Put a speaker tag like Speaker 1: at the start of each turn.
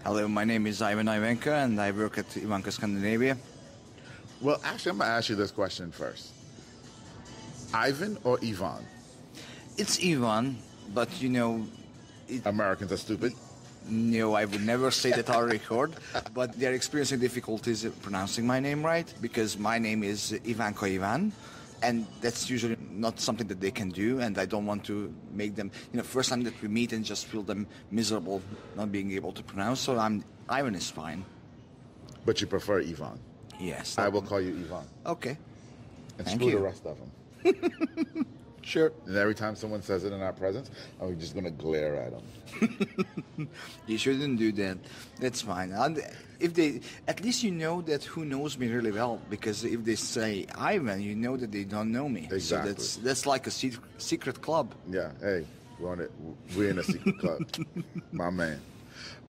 Speaker 1: Hello, my name is Ivan Ivanka, and I work at Ivanka Scandinavia.
Speaker 2: Well, actually, I'm going to ask you this question first Ivan or Ivan?
Speaker 1: It's Ivan, but you know,
Speaker 2: Americans are stupid.
Speaker 1: no, I would never say that I record, but they're experiencing difficulties pronouncing my name right because my name is Ivanko Ivan. And that's usually not something that they can do, and I don't want to make them, you know, first time that we meet and just feel them miserable not being able to pronounce. So I'm Ivan is fine.
Speaker 2: But you prefer Ivan.
Speaker 1: Yes.
Speaker 2: I will call you Ivan.
Speaker 1: Okay.
Speaker 2: And
Speaker 1: Thank
Speaker 2: screw the
Speaker 1: you.
Speaker 2: rest of them.
Speaker 1: Sure.
Speaker 2: And every time someone says it in our presence, I'm just going to glare at them.
Speaker 1: You shouldn't do that. That's fine. And if they, at least you know that who knows me really well. Because if they say Ivan, you know that they don't know me. So
Speaker 2: Exactly.
Speaker 1: that's that's like a secret, secret club.
Speaker 2: Yeah, hey, we're, on it. we're in a secret club. My man.